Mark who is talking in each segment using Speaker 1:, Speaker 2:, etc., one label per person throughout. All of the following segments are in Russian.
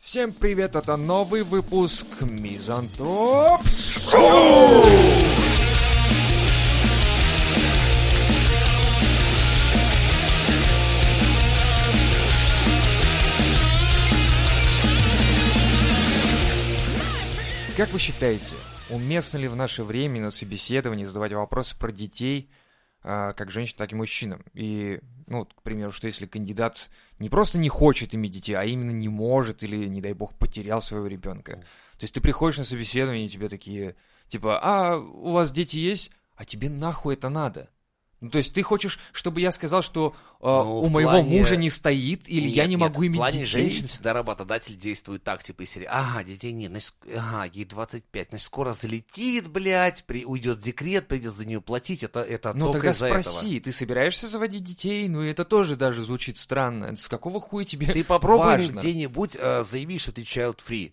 Speaker 1: Всем привет, это новый выпуск Мизантроп Как вы считаете, уместно ли в наше время на собеседовании задавать вопросы про детей а, как женщин, так и мужчинам? И, ну, вот, к примеру, что если кандидат не просто не хочет иметь детей, а именно не может или, не дай бог, потерял своего ребенка? То есть ты приходишь на собеседование, и тебе такие, типа, а, у вас дети есть? А тебе нахуй это надо? Ну, то есть ты хочешь, чтобы я сказал, что э,
Speaker 2: Ну,
Speaker 1: у
Speaker 2: в
Speaker 1: моего
Speaker 2: плане-
Speaker 1: мужа не стоит, или я
Speaker 2: Нет,
Speaker 1: не
Speaker 2: нет,
Speaker 1: могу иметь
Speaker 2: В плане
Speaker 1: детей?
Speaker 2: женщин всегда работодатель действует так, типа, из серии, ага, детей нет, значит, ск- ага, ей 25, значит, скоро залетит, блядь, при, уйдет в декрет, придется за нее платить, это, это
Speaker 1: Ну
Speaker 2: А только
Speaker 1: тогда
Speaker 2: из-за этого.
Speaker 1: спроси, ты собираешься заводить детей? Ну это тоже даже звучит странно. С какого хуя тебе
Speaker 2: Ты попробуй
Speaker 1: важно?
Speaker 2: где-нибудь э, заявить, что ты child-free.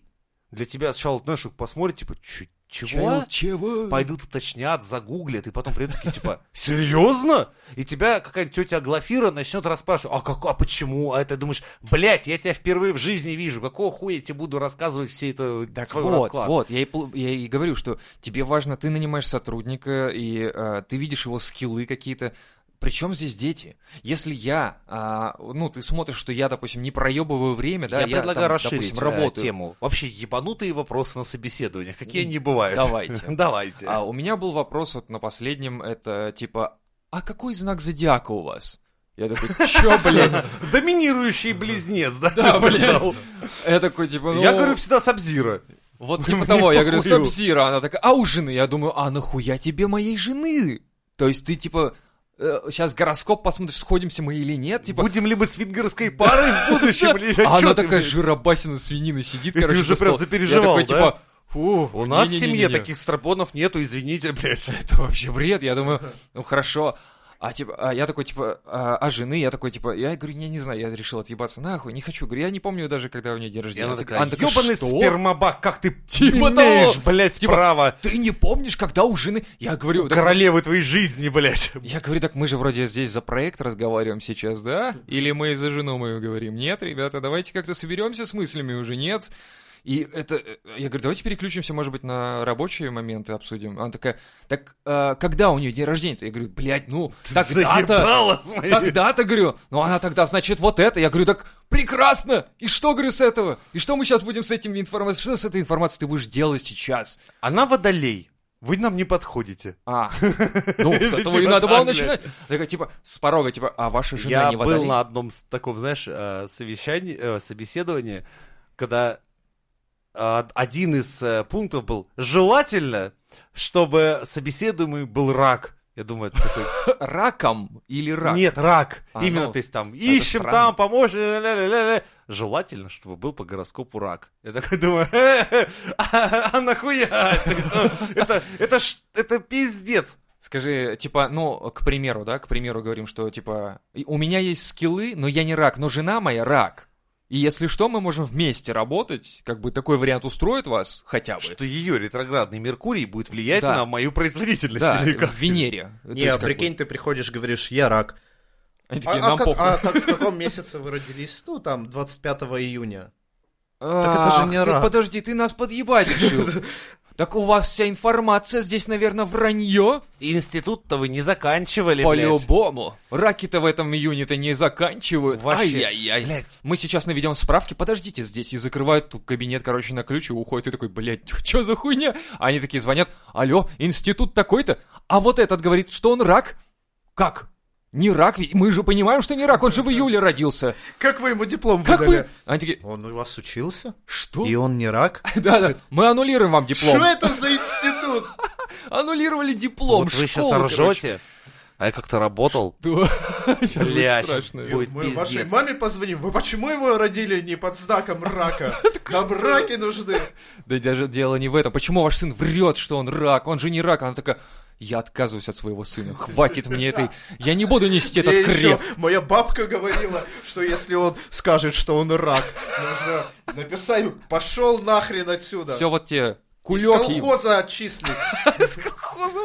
Speaker 2: Для тебя сначала, знаешь, посмотрит, типа, «Чё- чего?
Speaker 1: Чего? Чего?
Speaker 2: Пойдут уточнят, загуглят, и потом придут такие, типа, серьезно? И тебя какая-то тетя Аглафира начнет расспрашивать, а, как, а почему? А это думаешь, блядь, я тебя впервые в жизни вижу, какого хуя я тебе буду рассказывать все это
Speaker 1: Так
Speaker 2: свой
Speaker 1: вот,
Speaker 2: расклад?
Speaker 1: вот, я и, пл- я и говорю, что тебе важно, ты нанимаешь сотрудника, и э, ты видишь его скиллы какие-то. Причем здесь дети? Если я, а, ну, ты смотришь, что я, допустим, не проебываю время, да,
Speaker 2: я, предлагаю
Speaker 1: там,
Speaker 2: расширить
Speaker 1: допустим,
Speaker 2: э,
Speaker 1: работаю.
Speaker 2: тему. Вообще ебанутые вопросы на собеседованиях, какие они бывают.
Speaker 1: Давайте.
Speaker 2: Давайте.
Speaker 1: А у меня был вопрос вот на последнем, это типа, а какой знак зодиака у вас? Я такой, чё, блядь?
Speaker 2: Доминирующий близнец, да?
Speaker 1: Да,
Speaker 2: ты
Speaker 1: блядь.
Speaker 2: сказал?
Speaker 1: Я такой, типа, ну...
Speaker 2: Я говорю всегда Сабзира. Ну,
Speaker 1: Вот типа того, я говорю,
Speaker 2: Похую.
Speaker 1: Сабзира, она такая, а у жены? Я думаю, а нахуя тебе моей жены? То есть ты типа, сейчас гороскоп посмотришь, сходимся мы или нет, типа...
Speaker 2: Будем ли мы с вингерской парой в будущем? или чё
Speaker 1: А она
Speaker 2: ты,
Speaker 1: такая
Speaker 2: блядь?
Speaker 1: жиробасина свинина сидит,
Speaker 2: И ты
Speaker 1: короче,
Speaker 2: уже
Speaker 1: за
Speaker 2: прям
Speaker 1: стол.
Speaker 2: запереживал,
Speaker 1: Я такой,
Speaker 2: да?
Speaker 1: типа, фу,
Speaker 2: У нас в
Speaker 1: не-не-не-не-не».
Speaker 2: семье таких страпонов нету, извините, блядь.
Speaker 1: Это вообще бред, я думаю, ну хорошо. А типа, а я такой, типа, а, а жены, я такой, типа, я говорю, не, не знаю, я решил отъебаться нахуй, не хочу. Говорю, я не помню даже, когда у нее день
Speaker 2: И
Speaker 1: рождения.
Speaker 2: она
Speaker 1: Я так-
Speaker 2: такая,
Speaker 1: она такая,
Speaker 2: ебаный
Speaker 1: «Что?»
Speaker 2: спермобак, как ты
Speaker 1: Типа
Speaker 2: имеешь,
Speaker 1: того.
Speaker 2: блядь,
Speaker 1: Типа,
Speaker 2: право
Speaker 1: Ты не помнишь, когда у жены... Я говорю, «Так
Speaker 2: королевы твоей жизни, блядь.
Speaker 1: Я говорю, так мы же вроде здесь за проект разговариваем сейчас, да? Или мы за жену мою говорим? Нет, ребята, давайте как-то соберемся с мыслями уже, нет? И это... э, Я говорю, давайте переключимся, может быть, на рабочие моменты обсудим. Она такая, так э, когда у нее день рождения-то? Я говорю, блядь, ну, тогда-то...
Speaker 2: Заебала с моей-
Speaker 1: Тогда-то, говорю, ну она тогда, значит, вот это. Я говорю, так прекрасно! И что, говорю, с этого? И что мы сейчас будем с этим информацией? Что с этой информацией ты будешь делать сейчас?
Speaker 2: Она водолей. Вы нам не подходите.
Speaker 1: А, ну, с этого и
Speaker 2: Типа
Speaker 1: надо было
Speaker 2: так, блядь.
Speaker 1: начинать. Такая, типа, с порога, типа, а ваша жена
Speaker 2: Я
Speaker 1: не
Speaker 2: был
Speaker 1: водолей?
Speaker 2: на одном с- таком, знаешь, э, совещании, э, собеседовании, когда э, один из э, пунктов был «желательно, чтобы собеседуемый был рак». Я думаю, это такой,
Speaker 1: Раком или рак?
Speaker 2: нет, рак.
Speaker 1: А,
Speaker 2: Именно,
Speaker 1: ну,
Speaker 2: то есть там ищем,
Speaker 1: странно.
Speaker 2: там поможем, ля-ля-ля-ля. Желательно, чтобы был по гороскопу рак. Я такой думаю, «Э, а а нахуя? То есть, ну, Это, это, ш- это пиздец.
Speaker 1: Скажи, типа, ну, к примеру, да, к примеру говорим, что, типа, и- у меня есть скиллы, но я не рак, но жена моя рак. И если что, мы можем вместе работать, как бы такой вариант устроит вас хотя бы.
Speaker 2: Что ее ретроградный Меркурий будет влиять
Speaker 1: А Да.
Speaker 2: на мою производительность.
Speaker 1: Да,
Speaker 2: или как?
Speaker 1: в Венере. То
Speaker 3: Не,
Speaker 1: есть,
Speaker 3: а
Speaker 1: как бы,
Speaker 3: прикинь, ты приходишь, говоришь, я рак.
Speaker 1: Они такие,
Speaker 3: А, а
Speaker 1: нам
Speaker 3: как,
Speaker 1: похуй.
Speaker 3: а как в каком месяце вы родились? Ну, там, 25 июня.
Speaker 1: Так
Speaker 3: это же не рак.
Speaker 1: Подожди, ты нас подъебать решил. Так у вас вся информация здесь, наверное, вранье?
Speaker 2: Институт-то вы не заканчивали, блядь.
Speaker 1: По-любому. Раки-то в этом июне-то не заканчивают.
Speaker 2: Вообще,
Speaker 1: Ай-яй-яй.
Speaker 2: блядь.
Speaker 1: Мы сейчас наведем справки, подождите здесь, и закрывают тут кабинет, короче, на ключ, и уходят, и такой, блядь, что за хуйня? А они такие звонят, алло, институт такой-то, а вот этот говорит, что он рак? Как? Не рак, ведь мы же понимаем, что не рак, он же в июле родился.
Speaker 3: Как вы ему диплом
Speaker 1: Как
Speaker 3: выдали?
Speaker 1: вы? Они такие,
Speaker 3: Он у вас учился?
Speaker 1: что?
Speaker 3: И он не рак?
Speaker 1: Да-да, мы аннулируем вам диплом.
Speaker 3: Что это за институт?
Speaker 1: Аннулировали диплом,
Speaker 2: вот вы сейчас
Speaker 1: школу, короче.
Speaker 2: ржете, а я как-то работал.
Speaker 1: Да. Сейчас будет
Speaker 2: Бля, сейчас
Speaker 1: страшно.
Speaker 2: будет
Speaker 3: Мы вашей
Speaker 2: пиздец.
Speaker 3: маме позвоним. Вы почему его родили не под знаком рака? Нам раки нужны.
Speaker 1: Да даже дело не в этом. Почему ваш сын врет, что он рак? Он же не рак. Она такая, я отказываюсь от своего сына. Хватит мне этой... Я не буду нести
Speaker 3: Мне
Speaker 1: этот
Speaker 3: ещё
Speaker 1: крест.
Speaker 3: моя бабка говорила, что если он скажет, что он рак, нужно написать «пошел нахрен отсюда».
Speaker 1: Все вот те
Speaker 3: Из
Speaker 1: кулек им.
Speaker 3: колхоза отчислить.
Speaker 1: Из колхоза,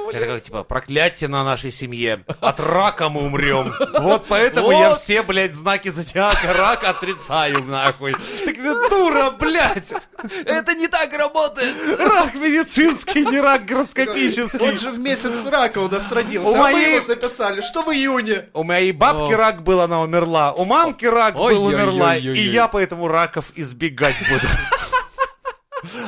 Speaker 1: блядь.
Speaker 2: Это как, типа, проклятие на нашей семье. От рака мы умрем. Вот поэтому я
Speaker 1: Вот.
Speaker 2: все, блядь, знаки зодиака рак отрицаю, нахуй. Так ты ну, дура, блядь. блядь!
Speaker 1: Это не так работает!
Speaker 2: Рак медицинский, не рак
Speaker 3: Он
Speaker 2: гороскопический.
Speaker 3: же в месяц рака у нас родился,
Speaker 2: У
Speaker 3: а мы
Speaker 2: моей-
Speaker 3: его записали, что в июне.
Speaker 2: У моей бабки
Speaker 1: О.
Speaker 2: рак был, она умерла. У мамки рак
Speaker 1: Ой,
Speaker 2: был,
Speaker 1: ой,
Speaker 2: умерла.
Speaker 1: ой, ой,
Speaker 2: И
Speaker 1: ой.
Speaker 2: я поэтому раков избегать буду.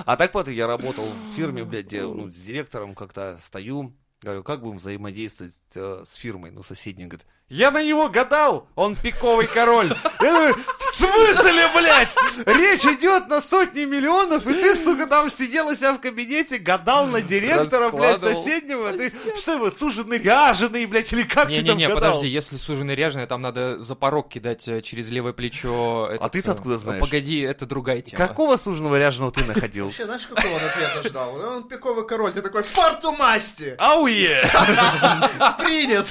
Speaker 2: А так потом я работал в фирме, блядь, где, ну, с директором как-то стою. Говорю, как будем взаимодействовать э, с фирмой? Ну, соседний говорит, я на него гадал, он пиковый король. Я думаю, в смысле, блядь? Речь идет на сотни миллионов, и ты, сука, там сидел у себя в кабинете, гадал на директора, блядь,
Speaker 1: Раскладывал.
Speaker 2: соседнего. Ты что вы, суженый, ряженый, блядь, или как ты там
Speaker 1: Не-не-не,
Speaker 2: гадал?
Speaker 1: подожди, если суженый ряженый, там надо за порог кидать э, через левое плечо. этот,
Speaker 2: ты-то
Speaker 1: э,
Speaker 2: откуда знаешь?
Speaker 1: Погоди, это другая тема.
Speaker 2: Какого суженого ряженого ты находил?
Speaker 3: Вообще, знаешь, какого он ответа ждал? Он пиковый король, ты такой, фарту масти,
Speaker 2: Ауе!
Speaker 3: принят.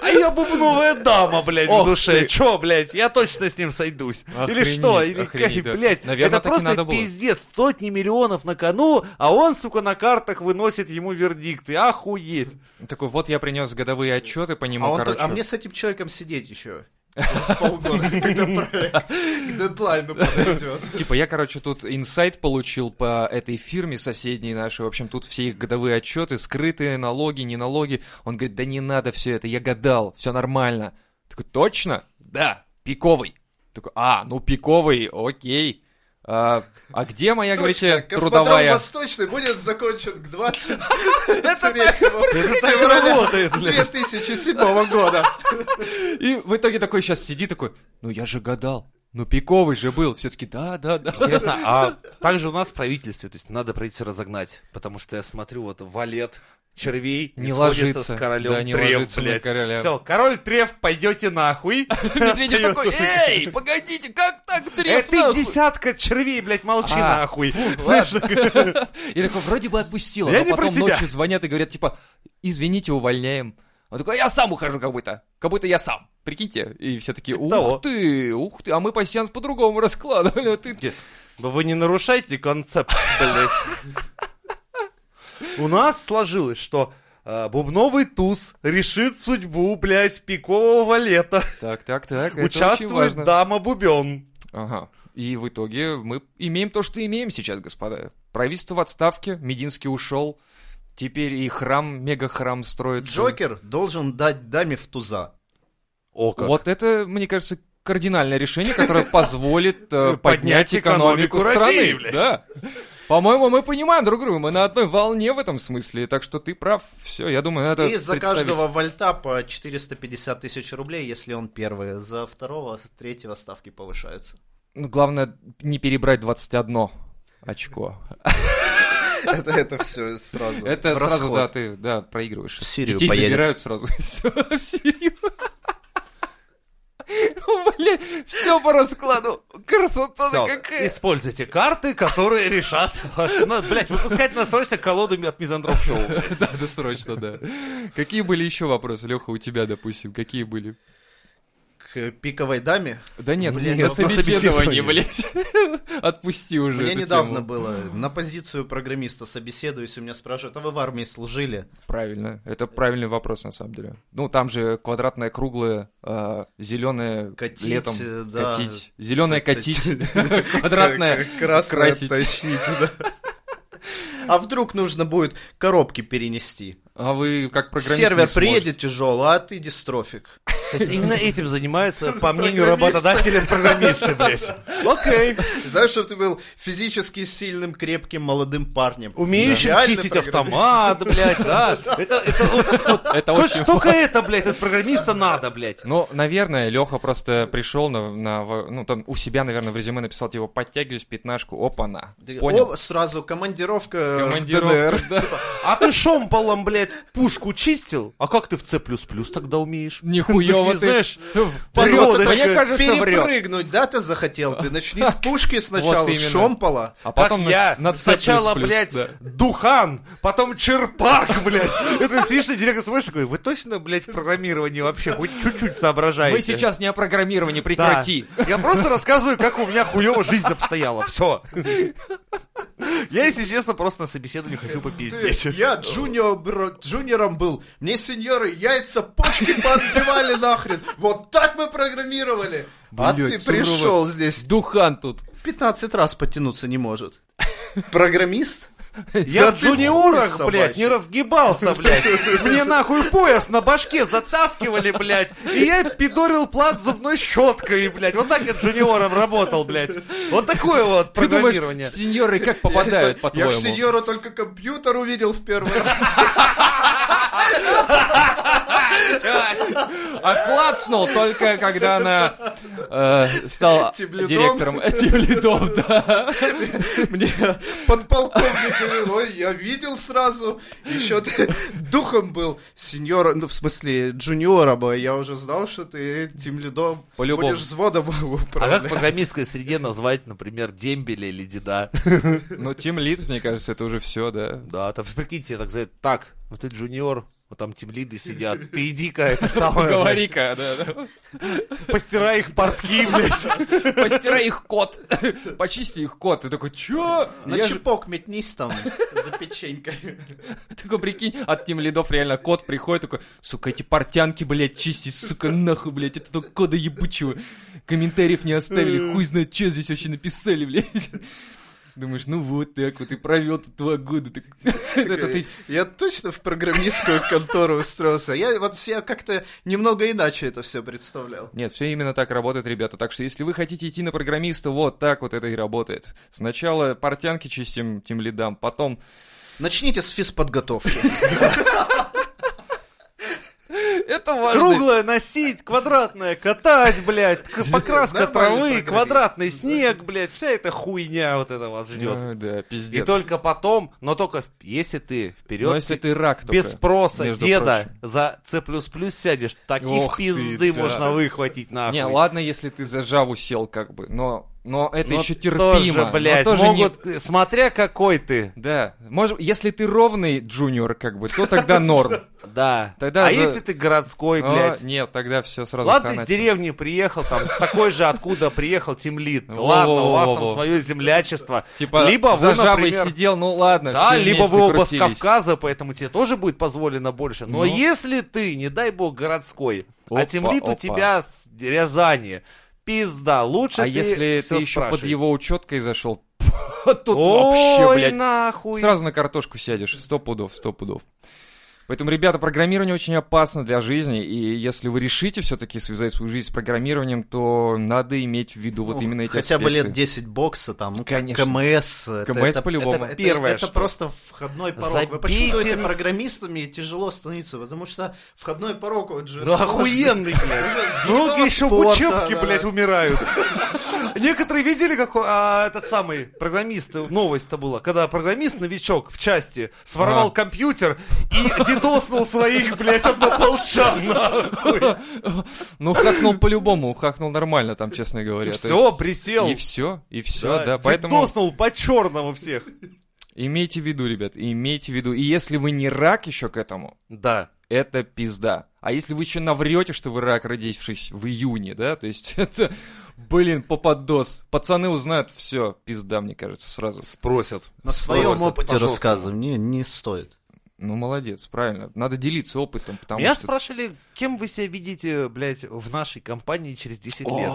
Speaker 2: А я бубновая дама, блядь, в
Speaker 1: Ох
Speaker 2: душе. Чё, блядь, я точно с ним сойдусь. Или
Speaker 1: Охренеть,
Speaker 2: что? Или,
Speaker 1: охренеть, да.
Speaker 2: блядь,
Speaker 1: Наверно,
Speaker 2: это
Speaker 1: так и
Speaker 2: просто
Speaker 1: надо было.
Speaker 2: пиздец. Сотни миллионов на кону, а он, сука, на картах выносит ему вердикты. Охуеть.
Speaker 1: Такой, вот я принес годовые отчеты по нему,
Speaker 3: А, он так-
Speaker 1: Ну, короче.
Speaker 3: а мне с этим человеком сидеть еще. С полгода, когда проект к дедлайну подойдет.
Speaker 1: Типа, я, короче, тут инсайт получил по этой фирме соседней нашей. В общем, тут все их годовые отчеты, скрытые налоги, не налоги. Он говорит, да не надо все это, я гадал, все нормально. Такой, точно? Да, пиковый. Такой, а, ну пиковый, окей. А, а где моя, говорите,
Speaker 3: Точно, Космодром
Speaker 1: трудовая?
Speaker 3: Восточный будет закончен к 20
Speaker 1: Это так
Speaker 2: Это так
Speaker 3: февраля
Speaker 2: работает, блядь.
Speaker 3: 2007 года.
Speaker 1: И в итоге такой сейчас сидит такой, ну я же гадал. Ну пиковый же был. Все-таки да, да, да.
Speaker 2: Интересно, а также у нас в правительстве, то есть надо правительство разогнать, потому что я смотрю, вот валет червей
Speaker 1: Не
Speaker 2: не, сходится
Speaker 1: ложится,
Speaker 2: с королем
Speaker 1: да, не
Speaker 2: трев,
Speaker 1: ложится на
Speaker 2: блядь.
Speaker 1: короля.
Speaker 2: Все, король трев, пойдете нахуй.
Speaker 1: Медведев
Speaker 2: Остаётся
Speaker 1: такой,
Speaker 2: только-
Speaker 1: эй, погодите, как так
Speaker 2: Э,
Speaker 1: треф
Speaker 2: ты
Speaker 1: нахуй?»
Speaker 2: десятка червей, блядь, молчи
Speaker 1: А,
Speaker 2: нахуй.
Speaker 1: И такой, вроде бы отпустил,
Speaker 2: Я
Speaker 1: но
Speaker 2: не про
Speaker 1: потом
Speaker 2: тебя.
Speaker 1: ночью звонят и говорят, типа, извините, увольняем. Он такой, «А я сам ухожу как будто, как будто я сам. Прикиньте, и все такие,
Speaker 2: Типа
Speaker 1: ух
Speaker 2: того.
Speaker 1: ты, ух ты, а мы пассианс по-другому раскладывали, а ты...
Speaker 2: Вы не нарушайте концепт, блядь. У нас сложилось, что э, бубновый туз решит судьбу, блядь, пикового лета.
Speaker 1: Так, так, так, это очень
Speaker 2: Участвует
Speaker 1: важно.
Speaker 2: дама Бубен.
Speaker 1: Ага. И в итоге мы имеем то, что имеем сейчас, господа. Правительство в отставке, Мединский ушел, теперь и храм, мега-храм строится.
Speaker 3: Джокер должен дать даме в туза.
Speaker 2: О, как.
Speaker 1: Вот это, мне кажется, кардинальное решение, которое позволит э, поднять
Speaker 2: Поднять
Speaker 1: экономику
Speaker 2: экономику России,
Speaker 1: страны.
Speaker 2: блядь.
Speaker 1: Да. По-моему, мы понимаем друг друга, мы на одной волне в этом смысле, так что ты прав. Все, я думаю, надо
Speaker 3: И за
Speaker 1: представить.
Speaker 3: каждого вольта по 450 тысяч рублей, если он первый. За второго, третьего ставки повышаются.
Speaker 1: Ну, главное, не перебрать 21 очко.
Speaker 3: Это, это все сразу.
Speaker 1: Это
Speaker 3: в
Speaker 1: сразу,
Speaker 3: расход.
Speaker 1: да, ты да, проигрываешь.
Speaker 3: В Сирию
Speaker 1: Детей
Speaker 3: поедет.
Speaker 1: забирают сразу. Все, в Сирию. Блин, все по раскладу. Красота-то
Speaker 2: Всё,
Speaker 1: какая.
Speaker 2: Используйте карты, которые решат. ваши- Ну, Блядь, выпускать нас срочно колоду от Мизандроп Шоу.
Speaker 1: Да, да, срочно, да. Какие были еще вопросы, Леха, у тебя, допустим, какие были?
Speaker 3: К пиковой даме.
Speaker 1: Да нет,
Speaker 3: Блин,
Speaker 1: на
Speaker 3: на
Speaker 1: собеседовании,
Speaker 2: собеседовании.
Speaker 1: блядь. Отпусти уже
Speaker 3: Мне
Speaker 1: эту
Speaker 3: недавно
Speaker 1: тему.
Speaker 3: было на позицию программиста собеседуюсь, и меня спрашивают, а вы в армии служили?
Speaker 1: Правильно, это правильный вопрос, на самом деле. Ну, там же квадратное, круглое, зеленое
Speaker 3: Катить,
Speaker 1: летом.
Speaker 3: э, да.
Speaker 1: Катить. Зеленое катить,
Speaker 3: К-
Speaker 1: квадратное
Speaker 3: к- красное
Speaker 1: красить.
Speaker 3: тащить, да. А вдруг нужно будет коробки перенести?
Speaker 1: А вы как программист не
Speaker 3: Сервер
Speaker 1: сможете.
Speaker 3: приедет тяжело, а ты дистрофик.
Speaker 2: То есть именно этим занимаются, по мнению
Speaker 3: Программисты.
Speaker 2: работодателя, программисты, блядь. Окей.
Speaker 3: Знаешь, чтобы ты был физически сильным, крепким, молодым парнем.
Speaker 2: Умеющим
Speaker 3: Идеальный
Speaker 2: чистить
Speaker 3: программист.
Speaker 2: автомат, блядь, да. Это, это вот- вот
Speaker 1: Это
Speaker 2: Только,
Speaker 1: очень
Speaker 2: только это, блядь, от программиста надо, блядь.
Speaker 1: Ну, наверное, Леха просто пришел на, на во- ну там у себя, наверное, в резюме написал типа подтягиваюсь пятнашку, опа-на.
Speaker 3: Ты-
Speaker 1: Понял.
Speaker 3: О, сразу
Speaker 2: Э,
Speaker 3: командировка, в
Speaker 1: Командировка,
Speaker 3: ДНР.
Speaker 1: да.
Speaker 2: А ты шомполом, блядь, пушку чистил? А как ты в C++ тогда умеешь?
Speaker 1: Нихуево
Speaker 2: Такие,
Speaker 1: ты.
Speaker 2: знаешь,
Speaker 1: Врет. Мне
Speaker 2: Бородочка,
Speaker 1: кажется, врет.
Speaker 3: Перепрыгнуть, да, ты захотел? Ты начни с пушки сначала,
Speaker 1: именно.
Speaker 3: шомпола.
Speaker 1: А
Speaker 2: Как
Speaker 1: потом на-
Speaker 2: я
Speaker 1: на, C++,
Speaker 2: сначала, блядь,
Speaker 1: да.
Speaker 2: Духан, потом Черпак, блядь. Это сидишь на директор смотришь такой, вы точно, блядь, в программировании вообще хоть чуть-чуть соображаете?
Speaker 1: Мы сейчас не о программировании,
Speaker 2: Да.
Speaker 1: прекрати.
Speaker 2: Я просто рассказываю, как у меня хуево жизнь обстояла. Все. Я, если честно, просто на собеседовании хочу попиздеть.
Speaker 3: Я джуниор, бро- джуниором был. Мне сеньоры яйца пушки подбивали нахрен. Вот так мы программировали. а
Speaker 1: Блядь,
Speaker 3: ты
Speaker 1: сурово.
Speaker 3: пришел здесь.
Speaker 1: Духан тут.
Speaker 3: 15 раз подтянуться не может. Программист?
Speaker 2: Я
Speaker 3: Да
Speaker 2: в
Speaker 3: ты
Speaker 2: джуниорах,
Speaker 3: хуй
Speaker 2: блядь, не
Speaker 3: собачий.
Speaker 2: разгибался, блядь. Мне нахуй пояс на башке затаскивали, блядь. И я пидорил плат зубной щеткой, блядь. Вот так я джуниором работал, блядь. Вот такое вот
Speaker 1: Ты думаешь,
Speaker 2: программирование.
Speaker 1: сеньоры как
Speaker 3: Я
Speaker 1: попадают,
Speaker 3: я к
Speaker 1: по-твоему?
Speaker 3: сеньору только компьютер увидел в первый раз.
Speaker 1: А клацнул только, когда она э, стала
Speaker 3: Тиблидом.
Speaker 1: директором Тиблидом, да.
Speaker 3: Мне подполковник говорил, ой, я видел сразу. Еще ты духом был сеньора, ну, в смысле, джуниора бы. Я уже знал, что ты тем лидом
Speaker 1: По-любому.
Speaker 3: будешь взводом
Speaker 2: А как в
Speaker 3: управлять.
Speaker 2: программистской среде назвать, например, дембеля или деда?
Speaker 1: Ну, Тим Лид, мне кажется, это уже все, да.
Speaker 2: Да, там, прикиньте, так сказать, так, вот ты джуниор, вот там тимлиды сидят, ты иди-ка это самое, блядь,
Speaker 1: Говори-ка, да, да.
Speaker 2: постирай их портки, блядь.
Speaker 1: Постирай их кот. Почисти их кот. Ты такой, чё?
Speaker 3: На
Speaker 1: Я же-
Speaker 3: чепок метнись там за печенькой.
Speaker 1: Такой, прикинь, от тем лидов реально кот приходит, такой, сука, эти портянки, блядь, чистить, сука, нахуй, блядь, это только кода ебучего. Комментариев не оставили, хуй знает, что здесь вообще написали, блядь. Думаешь, ну вот так вот, и провел тут два года. так. Это
Speaker 2: э,
Speaker 1: ты
Speaker 3: Я точно в программистскую контору устроился. Я вот себе как-то немного иначе это все представлял.
Speaker 1: Нет, все именно так работает, ребята. Так что если вы хотите идти на программиста, вот так вот это и работает. Сначала портянки чистим тем лидам, потом
Speaker 3: Начните с физподготовки.
Speaker 1: это важно.
Speaker 2: Круглое носить, квадратное катать, блядь, к- покраска
Speaker 3: Нормальный
Speaker 2: травы,
Speaker 3: программист.
Speaker 2: квадратный снег, блядь, вся эта хуйня вот эта вас ждет.
Speaker 1: А, Да,
Speaker 2: И
Speaker 1: пиздец.
Speaker 2: только потом, но только в- если ты вперед,
Speaker 1: Но если ты рак, только,
Speaker 2: без спроса
Speaker 1: между
Speaker 2: деда
Speaker 1: прочим.
Speaker 2: за C++ сядешь, таких
Speaker 1: Ох ты,
Speaker 2: пизды
Speaker 1: да.
Speaker 2: можно выхватить нахуй.
Speaker 1: Не, ладно, если ты за жаву сел, как бы, но, но это
Speaker 2: Но
Speaker 1: еще терпимо.
Speaker 2: Ну, Тоже,
Speaker 1: но
Speaker 2: блядь,
Speaker 1: тоже не-
Speaker 2: могут, э, смотря какой ты.
Speaker 1: Да, может, если ты ровный джуниор, как бы, то тогда норм.
Speaker 2: Да.
Speaker 1: Тогда
Speaker 2: а
Speaker 1: за- А,
Speaker 2: если ты городской,
Speaker 1: Но
Speaker 2: блядь?
Speaker 1: Нет, тогда все сразу
Speaker 2: Ладно,
Speaker 1: хана
Speaker 2: из
Speaker 1: тебе.
Speaker 2: деревни приехал, там, с такой же, откуда приехал Тимлит.
Speaker 1: Во-во-во-во-во.
Speaker 2: Ладно, у вас там свое землячество.
Speaker 1: Типа,
Speaker 2: либо
Speaker 1: за
Speaker 2: вы,
Speaker 1: жабой
Speaker 2: например,
Speaker 1: сидел, ну ладно,
Speaker 2: Да,
Speaker 1: все
Speaker 2: либо
Speaker 1: вместе
Speaker 2: вы оба с
Speaker 1: крутились.
Speaker 2: Кавказа, поэтому тебе тоже будет позволено больше. Но
Speaker 1: Ну.
Speaker 2: если ты, не дай бог, городской, а
Speaker 1: Опа,
Speaker 2: Тимлит у
Speaker 1: опа.
Speaker 2: тебя с Рязани, пизда, лучше
Speaker 1: А
Speaker 2: ты
Speaker 1: если ты
Speaker 2: всё
Speaker 1: еще под
Speaker 2: спрашивай.
Speaker 1: его учеткой зашел, тут вообще,
Speaker 2: Ой,
Speaker 1: блядь,
Speaker 2: нахуй.
Speaker 1: Сразу на картошку сядешь, сто пудов, сто пудов. Поэтому, ребята, программирование очень опасно для жизни, и если вы решите все-таки связать свою жизнь с программированием, то надо иметь в виду вот
Speaker 3: Ну,
Speaker 1: именно эти
Speaker 3: Хотя бы
Speaker 1: аспекты.
Speaker 3: лет 10 бокса, там, ну,
Speaker 1: Конечно.
Speaker 3: КМС. это-
Speaker 1: КМС
Speaker 3: это-
Speaker 1: по-любому.
Speaker 3: это- это-
Speaker 2: Первое,
Speaker 3: Это
Speaker 2: что-
Speaker 3: просто входной порог. Вы
Speaker 2: Забейте
Speaker 3: почему
Speaker 2: на-
Speaker 3: программистами тяжело становиться? Потому что входной порог вот же...
Speaker 2: Ну,
Speaker 3: сложный.
Speaker 2: охуенный, блядь. Многие еще в
Speaker 3: спорта,
Speaker 2: учебке,
Speaker 3: да.
Speaker 2: блядь, умирают. Некоторые видели, как а, этот самый программист, новость-то была, когда программист-новичок в части своровал
Speaker 1: Ага.
Speaker 2: компьютер и дедоснул своих, блядь, однополчан. нахуй.
Speaker 1: Ну, хакнул по-любому, хакнул нормально там, честно говоря. То
Speaker 2: Все,
Speaker 1: есть
Speaker 2: присел.
Speaker 1: И все, и все, да. Поэтому
Speaker 2: Дедоснул по-черному всех.
Speaker 1: имейте в виду, ребят, имейте в виду. И если вы не рак еще к этому,
Speaker 2: Да.
Speaker 1: это пизда. А если вы еще наврете, что вы рак, родившись в июне, да, то есть это, блин, попадос. Пацаны узнают, все, пизда, мне кажется, сразу.
Speaker 2: Спросят.
Speaker 3: На
Speaker 2: Спросят,
Speaker 3: своем опыте
Speaker 2: пожалуйста.
Speaker 3: рассказывай, не, не стоит.
Speaker 1: Ну, молодец, правильно. Надо делиться опытом, потому
Speaker 2: Меня
Speaker 1: что...
Speaker 2: спрашивали, кем вы себя видите, блядь, в нашей компании через 10 лет.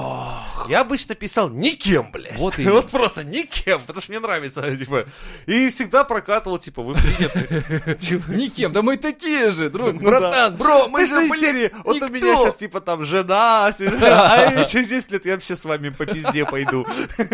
Speaker 2: Я обычно писал никем, блядь.
Speaker 1: Вот именно.
Speaker 2: вот просто никем, потому что мне нравится, типа. И всегда прокатывал, типа, вы приняты. Типа,
Speaker 1: Никем, да мы такие же, друг,
Speaker 2: Ну
Speaker 1: братан, бро, мы
Speaker 2: ты
Speaker 1: же,
Speaker 2: из
Speaker 1: блин,
Speaker 2: серии, Вот у
Speaker 1: никто.
Speaker 2: меня сейчас, типа, там, жена, а я через 10 лет я вообще с вами по пизде пойду.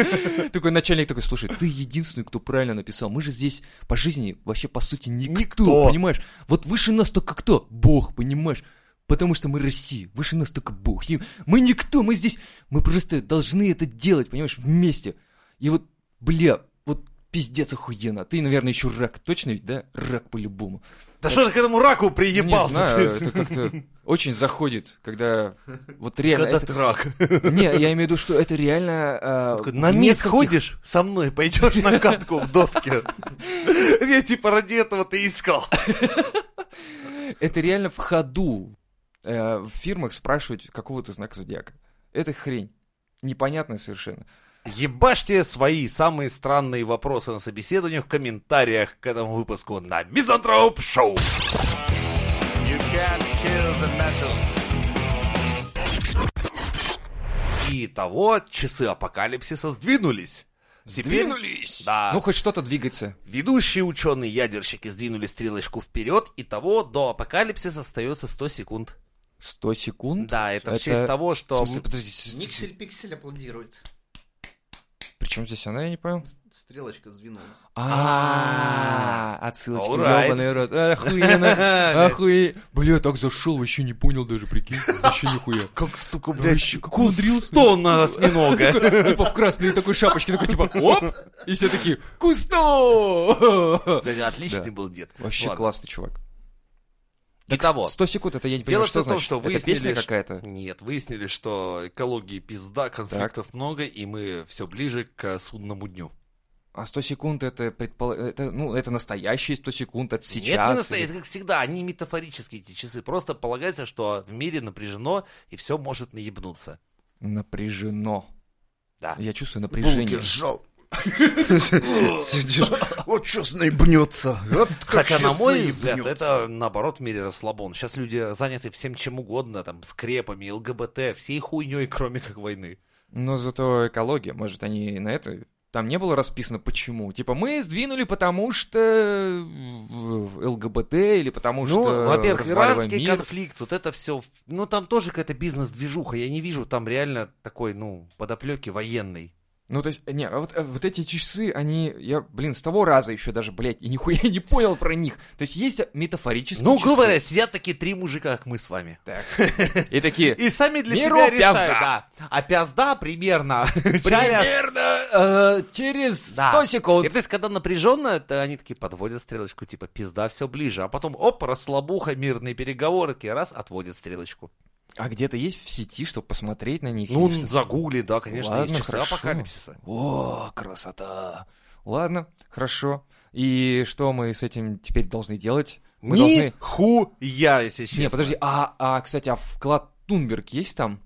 Speaker 1: Такой начальник такой, слушай, ты единственный, кто правильно написал. Мы же здесь по жизни вообще, по сути, никто,
Speaker 2: Никто.
Speaker 1: понимаешь? Вот выше нас только кто? Бог, понимаешь? Потому что мы Россия, выше нас только Бог. И мы никто, мы здесь, мы просто должны это делать, понимаешь, вместе. И вот, бля, вот пиздец охуенно. Ты, наверное, еще рак, точно ведь, да? Рак по-любому.
Speaker 2: Да что же к этому раку
Speaker 1: Ну,
Speaker 2: приебался?
Speaker 1: Не знаю, это как-то очень заходит, когда вот реально...
Speaker 2: Когда
Speaker 1: это-
Speaker 2: ты рак.
Speaker 1: Не, я имею в виду, что это реально... э,
Speaker 2: Такой,
Speaker 1: в
Speaker 2: На мид
Speaker 1: нескольких-
Speaker 2: ходишь, со мной пойдешь на катку в дотке. Я типа ради этого ты искал.
Speaker 1: Это реально в ходу э, в фирмах спрашивать какого-то знака зодиака. Это хрень. Непонятная совершенно.
Speaker 2: Ебашьте свои самые странные вопросы на собеседованиях в комментариях к этому выпуску на Мизантроп Шоу. И того часы апокалипсиса сдвинулись. Теперь-
Speaker 1: Сдвинулись!
Speaker 2: Да.
Speaker 1: Ну, хоть что-то двигается.
Speaker 2: Ведущие ученые-ядерщики сдвинули стрелочку вперед, и того до апокалипсиса остается 100 секунд.
Speaker 1: 100 секунд?
Speaker 2: Да, это, в честь того,
Speaker 1: В
Speaker 2: что...
Speaker 1: смысле, подождите,
Speaker 3: Никсель Пиксель аплодирует.
Speaker 1: причем здесь она, я не понял?
Speaker 3: Стрелочка сдвинулась.
Speaker 1: А, отсылочка,
Speaker 2: Alright.
Speaker 1: ёбаный рот. Охуенно, охуенно. Бля, так зашел, вообще не понял даже, прикинь. Вообще нихуя.
Speaker 2: Как, сука,
Speaker 1: Вообще, как он дрился.
Speaker 2: Сто на осьминога.
Speaker 1: Такой, Типа в красной такой шапочке, такой типа оп, и все такие Кусто!
Speaker 2: Да, Отличный был дед.
Speaker 1: Вообще
Speaker 2: Ладно.
Speaker 1: классный чувак.
Speaker 2: Итого.
Speaker 1: 100 секунд, это я не понимаю,
Speaker 2: Дело все
Speaker 1: что
Speaker 2: в том,
Speaker 1: значит.
Speaker 2: что
Speaker 1: Это песня
Speaker 2: выяснили, ш-
Speaker 1: какая-то?
Speaker 2: Нет, выяснили, что экологии пизда, конфликтов много, и мы все ближе к судному дню.
Speaker 1: А 100 секунд это предпол... это, ну, это настоящие 100 секунд, это сейчас.
Speaker 2: Нет, не
Speaker 1: или-
Speaker 2: настоящие, это как всегда, они метафорические эти часы. Просто полагается, что в мире напряжено, и все может наебнуться.
Speaker 1: Напряжено.
Speaker 2: Да.
Speaker 1: Я чувствую напряжение.
Speaker 3: Булки жал. Сидишь, вот чё наебнется. Вот как
Speaker 2: Хотя, на
Speaker 3: щас
Speaker 2: мой взгляд,
Speaker 3: наебнётся.
Speaker 2: это, наоборот, в мире расслабон. Сейчас люди заняты всем чем угодно, там, скрепами, ЛГБТ, всей хуйней, кроме как войны.
Speaker 1: Но зато экология, может, они на это... Там не было расписано, почему. Типа, мы сдвинули, потому что в- в ЛГБТ или потому что...
Speaker 2: Ну, во-первых,
Speaker 1: разваливаем
Speaker 2: иранский
Speaker 1: мир.
Speaker 2: конфликт, вот это все, ну, там тоже какая-то бизнес-движуха, я не вижу там реально такой, ну, подоплеки военной.
Speaker 1: Ну, то есть, не, а вот, а вот эти часы, они, я, блин, с того раза еще даже, блядь, и нихуя не понял про них. То есть есть метафорические
Speaker 2: Ну,
Speaker 1: часы.
Speaker 2: грубо говоря, сидят такие три мужика, как мы с вами.
Speaker 1: И такие,
Speaker 2: И сами для
Speaker 1: Миру
Speaker 2: себя решают,
Speaker 1: пизда.
Speaker 2: да. А пизда примерно через...
Speaker 1: примерно э, через 100
Speaker 2: Да. И,
Speaker 1: секунд.
Speaker 2: то есть, когда напряженно, это они такие подводят стрелочку, типа, пизда все ближе. А потом, оп, расслабуха, мирные переговоры, такие раз, отводят стрелочку.
Speaker 1: А где-то есть в сети, чтобы посмотреть на них?
Speaker 2: Ну,
Speaker 1: или что?
Speaker 2: загугли, да, конечно,
Speaker 1: Ладно,
Speaker 2: есть часы
Speaker 1: хорошо.
Speaker 2: апокалипсиса.
Speaker 1: О, красота. Ладно, хорошо. И что мы с этим теперь должны делать? Мы должны...
Speaker 2: Нихуя, если честно.
Speaker 1: Не, подожди, а, а, кстати, а вклад Тунберг есть там?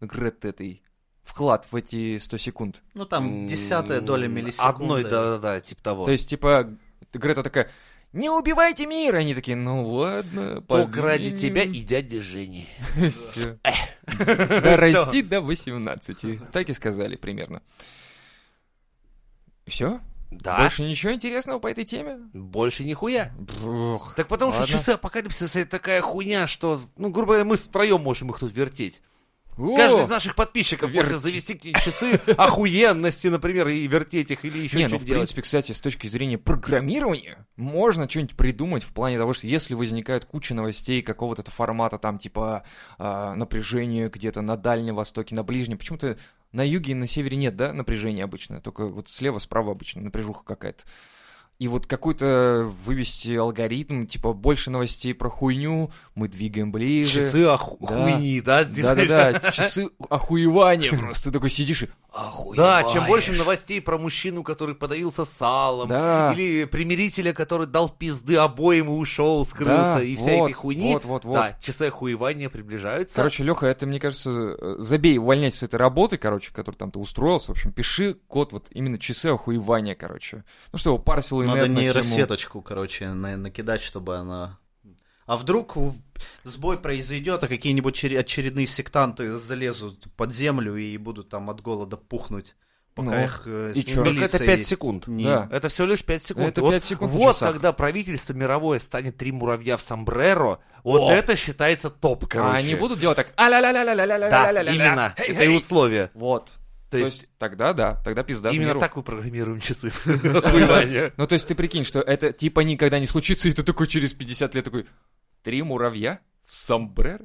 Speaker 1: Грет этой. Вклад в эти 100 секунд.
Speaker 3: Ну там десятая доля
Speaker 2: М,
Speaker 3: миллисекунды.
Speaker 2: Одной, да-да-да, типа того.
Speaker 1: То есть, типа, Грета такая, не убивайте мир! Они такие, ну ладно,
Speaker 2: Только ради
Speaker 1: поднимем».
Speaker 2: тебя и дяди Жени.
Speaker 1: Всё. Да расти до 18. Так и сказали примерно. Все?
Speaker 2: Да, больше,
Speaker 1: Больше ничего интересного по этой теме?
Speaker 2: нихуя.
Speaker 1: Бррр.
Speaker 2: Так потому
Speaker 1: Ладно.
Speaker 2: что часы апокалипсиса это такая хуйня, что, ну, грубо говоря, мы втроем можем их тут вертеть.
Speaker 1: О,
Speaker 2: Каждый из наших подписчиков
Speaker 1: Вертеть.
Speaker 2: может завести какие-нибудь часы охуенности, например, и вертеть их, или еще
Speaker 1: Не, ну,
Speaker 2: что-то
Speaker 1: в
Speaker 2: делать.
Speaker 1: принципе, кстати, с точки зрения программирования, можно что-нибудь придумать в плане того, что если возникает куча новостей какого-то формата, там, типа, а, напряжение где-то на Дальнем Востоке, на Ближнем, почему-то на юге и на севере нет, да, напряжения обычно, только вот слева, справа обычно напряжуха какая-то. И вот какой-то вывести алгоритм, типа, больше новостей про хуйню, мы двигаем ближе.
Speaker 2: Часы оху-
Speaker 1: Да.
Speaker 2: хуйни, да?
Speaker 1: Да-да-да, часы охуевания просто. Ты такой сидишь и охуеваешь.
Speaker 2: Да, чем больше новостей про мужчину, который подавился салом,
Speaker 1: Да.
Speaker 2: или примирителя, который дал пизды обоим и ушел, скрылся,
Speaker 1: Да,
Speaker 2: и вся
Speaker 1: вот,
Speaker 2: этой хуйни.
Speaker 1: вот, вот, вот.
Speaker 2: Да, часы охуевания приближаются.
Speaker 1: Короче, Леха, это, мне кажется, э, забей, увольняйся с этой работы, короче, которую там ты устроился. В общем, пиши код вот именно часы охуевания, короче. Ну что, парсил и
Speaker 4: Надо нейросеточку, короче, на- накидать, чтобы она... А вдруг у-
Speaker 3: Сбой произойдет, а какие-нибудь чере- очередные сектанты залезут под землю и будут там от голода пухнуть, пока
Speaker 1: Ну,
Speaker 3: их э,
Speaker 1: и
Speaker 3: с
Speaker 1: чё?
Speaker 2: Так это
Speaker 3: милицией
Speaker 2: 5 секунд.
Speaker 3: не-
Speaker 1: Да.
Speaker 2: Это всего лишь 5 секунд.
Speaker 1: Это
Speaker 2: И вот,
Speaker 1: пять секунд на
Speaker 2: Вот
Speaker 1: часах.
Speaker 2: когда правительство мировое станет три муравья в сомбреро, вот это считается топ, короче.
Speaker 1: А они будут делать так а ля ля ля ля ля ля ля
Speaker 2: Да,
Speaker 1: ля ля
Speaker 2: именно. это и условия.
Speaker 1: Вот.
Speaker 2: То, есть,
Speaker 1: тогда да, тогда пизда.
Speaker 2: именно
Speaker 1: миру.
Speaker 2: так мы программируем часы. Охуевание.
Speaker 1: Ну, то есть ты прикинь, что это типа никогда не случится, и ты такой через 50 лет такой, три муравья в сомбреро?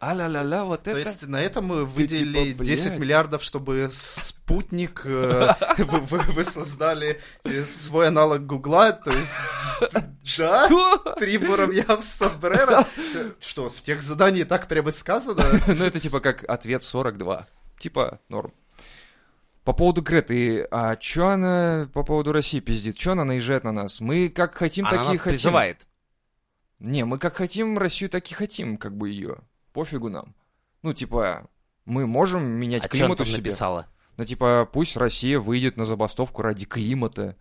Speaker 1: А-ля-ля-ля, вот
Speaker 3: То
Speaker 1: это...
Speaker 3: есть на этом мы выделили
Speaker 1: типа,
Speaker 3: 10
Speaker 1: блядь.
Speaker 3: миллиардов, чтобы спутник э, вы- вы вы создали э, свой аналог Гугла, то есть да,
Speaker 1: Что?
Speaker 3: три муравья в сомбреро. Э, Что, в тех задании так прямо сказано?
Speaker 1: Ну, это типа как ответ 42. Типа норм. По поводу Греты, а чё она по поводу России пиздит? Чё она наезжает на нас? Мы как хотим,
Speaker 2: Она
Speaker 1: такие
Speaker 2: нас
Speaker 1: хотим.
Speaker 2: призывает.
Speaker 1: Не, мы как хотим Россию, так и хотим, как бы ее. Пофигу нам. Ну, типа, мы можем менять
Speaker 2: А чё она
Speaker 1: климат у
Speaker 2: там
Speaker 1: себя.
Speaker 2: написала?
Speaker 1: Ну, типа, пусть Россия выйдет на забастовку ради климата.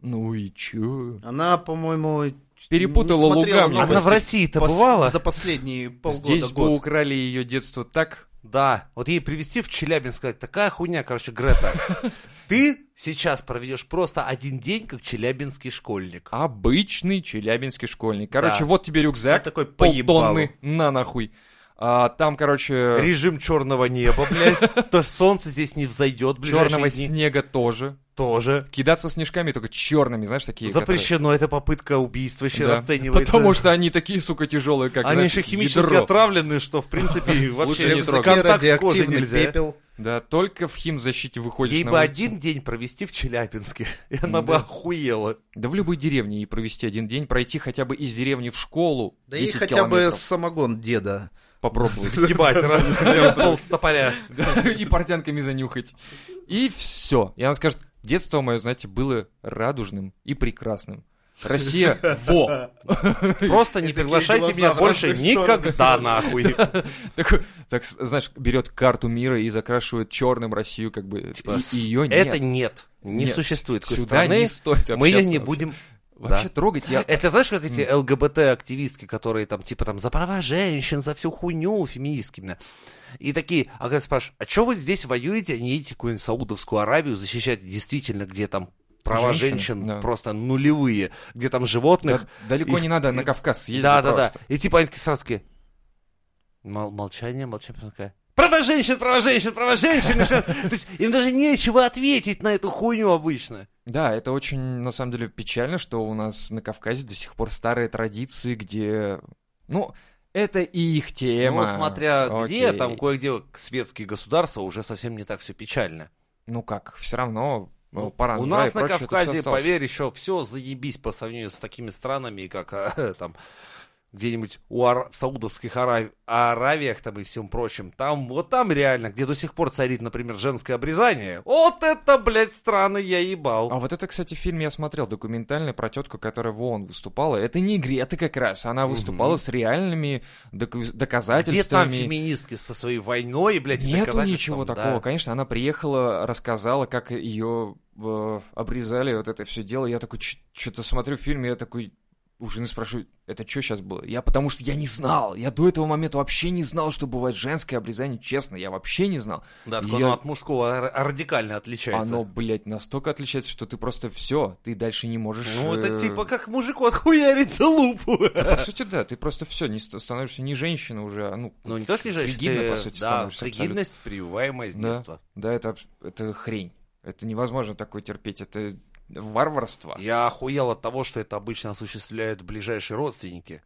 Speaker 1: Ну и чё?
Speaker 3: Она, по-моему,
Speaker 1: Перепутала
Speaker 3: не смотрела
Speaker 1: луга, мне
Speaker 3: новости
Speaker 2: Она в России-то
Speaker 3: пос-
Speaker 2: бывала?
Speaker 3: За последние полгода
Speaker 1: Здесь бы
Speaker 3: год.
Speaker 1: украли ее детство так,
Speaker 2: Да, вот ей привезти в Челябинск, сказать, такая хуйня, короче, Грета. Ты сейчас проведешь просто один день, как челябинский школьник.
Speaker 1: Обычный челябинский школьник. Короче,
Speaker 2: Да.
Speaker 1: вот тебе рюкзак.
Speaker 4: Я такой, поебалу.
Speaker 1: полтонны, на нахуй. А, там, короче,
Speaker 2: Режим черного неба, блядь. То ж солнце здесь не взойдет, блядь.
Speaker 1: черного снега тоже.
Speaker 2: тоже.
Speaker 1: Кидаться снежками только черными, знаешь, такие. которые-
Speaker 2: Запрещено, это попытка убийства еще
Speaker 1: Да.
Speaker 2: расценивается.
Speaker 1: Потому что они такие, сука, тяжелые, как
Speaker 2: Они
Speaker 1: знаешь,
Speaker 2: еще химически
Speaker 1: ядро.
Speaker 2: отравлены, что, в принципе,
Speaker 1: не
Speaker 2: вообще
Speaker 1: трогать.
Speaker 2: контакт с кожей
Speaker 3: радиоактивный
Speaker 2: нельзя.
Speaker 3: пепел.
Speaker 1: Да, только в химзащите выходишь
Speaker 2: Ей
Speaker 1: на
Speaker 2: бы
Speaker 1: улицу.
Speaker 2: один день провести в Челябинске, и она бы
Speaker 1: Да.
Speaker 2: охуела.
Speaker 1: Да в любой деревне и провести один день, пройти хотя бы из деревни в школу
Speaker 3: Да и
Speaker 1: 10
Speaker 3: хотя бы
Speaker 1: километров
Speaker 3: самогон деда.
Speaker 1: попробовать.
Speaker 2: Ебать, раз хотя бы пол стопоря.
Speaker 1: И портянками занюхать. И все. И она скажет, детство мое, знаете, было радужным и прекрасным. Россия, во!
Speaker 2: Просто не
Speaker 3: такие
Speaker 2: приглашайте
Speaker 3: глаза
Speaker 2: меня
Speaker 3: в
Speaker 2: больше
Speaker 3: разные стороны.
Speaker 2: никогда, нахуй.
Speaker 1: Такой, так, знаешь, берет карту мира и закрашивает черным Россию, как бы,
Speaker 2: Типа,
Speaker 1: ее нет.
Speaker 2: Это нет. Не
Speaker 1: Нет,
Speaker 2: существует такой
Speaker 1: Сюда
Speaker 2: страны.
Speaker 1: не стоит
Speaker 2: Мы ее
Speaker 1: общаться вообще.
Speaker 2: не будем...
Speaker 1: Вообще
Speaker 2: да.
Speaker 1: трогать я...
Speaker 2: Э, Это знаешь, как эти ЛГБТ-активистки, которые там, типа, там, за права женщин, за всю хуйню феминистки, бля. И такие, а когда спрашиваешь, а что вы здесь воюете, а не едете в какую-нибудь Саудовскую Аравию защищать действительно, где там права
Speaker 1: Женщин,
Speaker 2: женщин,
Speaker 1: да.
Speaker 2: просто нулевые, где там животных,
Speaker 1: Да- далеко
Speaker 2: их-
Speaker 1: не надо на Кавказ съездить
Speaker 2: Да, да, да.
Speaker 1: просто.
Speaker 2: И типа они такие сразу такие. мол- молчание, молчание, потом такая. Права женщин, права женщин, права женщин. И всё. То есть им даже нечего ответить на эту хуйню обычно.
Speaker 1: Да, это очень, на самом деле, печально, что у нас на Кавказе до сих пор старые традиции, где... Ну, это и их тема.
Speaker 2: Ну, смотря где,
Speaker 1: Окей.
Speaker 2: там кое-где светские государства уже совсем не так все печально.
Speaker 1: Ну как, все равно... э,
Speaker 2: Ну,
Speaker 1: пора
Speaker 2: у нас на Кавказе, поверь, еще все заебись по сравнению с такими странами, как а, там где-нибудь у Ар- в Саудовских Ара- Аравиях там и всем прочем. Там, вот там реально, где до сих пор царит, например, женское обрезание. Вот это, блядь, страны я ебал.
Speaker 1: А вот это, кстати, фильм я смотрел, документальный про тетку, которая в ООН выступала. Это не Грета как раз, она выступала с реальными доку-
Speaker 2: где там
Speaker 1: доказательствами.
Speaker 2: феминистки со своей войной, блядь, и
Speaker 1: Нету
Speaker 2: доказательством,
Speaker 1: ничего
Speaker 2: да.
Speaker 1: такого. Конечно, она приехала, рассказала, как ее э, обрезали, вот это все дело. Я такой, что-то смотрю фильм, я такой у жены спрашиваю, это что сейчас было? Я потому что я не знал. Я до этого момента вообще не знал, что бывает женское обрезание. Честно, я вообще не знал.
Speaker 2: Да, так
Speaker 1: Я-
Speaker 2: оно от мужского ра- радикально отличается.
Speaker 1: Оно, блядь, настолько отличается, что ты просто все, ты дальше не можешь...
Speaker 2: Ну, это
Speaker 1: э,
Speaker 2: типа как мужику отхуярить лупу.
Speaker 1: Да, по сути, да, ты просто все, не ст- становишься не женщиной уже, а, ну,
Speaker 2: Ну, не то, что лежишь,
Speaker 1: Фригидно,
Speaker 2: ты-
Speaker 1: по сути,
Speaker 2: да,
Speaker 1: становишься абсолютно.
Speaker 2: фригидность, прививаемая с
Speaker 1: Да.
Speaker 2: детства.
Speaker 1: да, это, абс- это хрень. Это невозможно такое терпеть, это варварство.
Speaker 2: Я охуел от того, что это обычно осуществляют ближайшие родственники.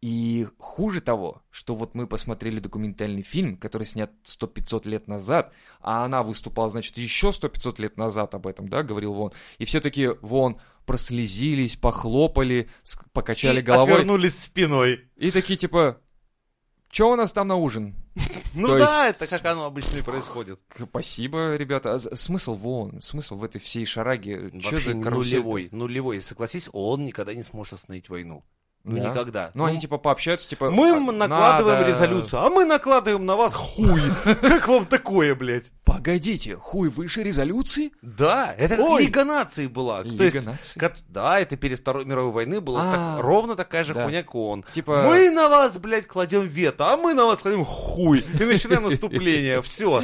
Speaker 1: И хуже того, что вот мы посмотрели документальный фильм, который снят 100-500 лет назад, а она выступала, значит, еще 100-500 лет назад об этом, да, говорил Вон. И все таки Вон прослезились, похлопали, ск- покачали
Speaker 2: И
Speaker 1: головой.
Speaker 2: отвернулись спиной.
Speaker 1: И такие, типа, что у нас там на ужин?
Speaker 2: Ну
Speaker 1: То
Speaker 2: да,
Speaker 1: есть-
Speaker 2: это как оно обычно и происходит.
Speaker 1: К- Спасибо, ребята. А з- смысл вон, смысл в этой всей шараге. Че
Speaker 2: Вообще
Speaker 1: за карусель?
Speaker 2: нулевой, нулевой. И Согласись, он никогда не сможет остановить войну. Ну
Speaker 1: Да.
Speaker 2: никогда.
Speaker 1: Ну, они типа пообщаются, типа...
Speaker 2: мы
Speaker 1: «А,
Speaker 2: накладываем
Speaker 1: надо-
Speaker 2: резолюцию, а мы накладываем на вас хуй. Как вам такое, блядь?
Speaker 1: Погодите, хуй выше резолюции?
Speaker 2: Да, это как
Speaker 1: Ой.
Speaker 2: Лига нации была. То
Speaker 1: Лига
Speaker 2: есть,
Speaker 1: наций?
Speaker 2: кат- Да, это перед Второй мировой войны была так-
Speaker 1: А.
Speaker 2: ровно такая же
Speaker 1: Да.
Speaker 2: хуйня, как он.
Speaker 1: Типа-
Speaker 2: Мы на вас, блядь, кладем вето, а мы на вас кладем хуй. И начинаем наступление, все.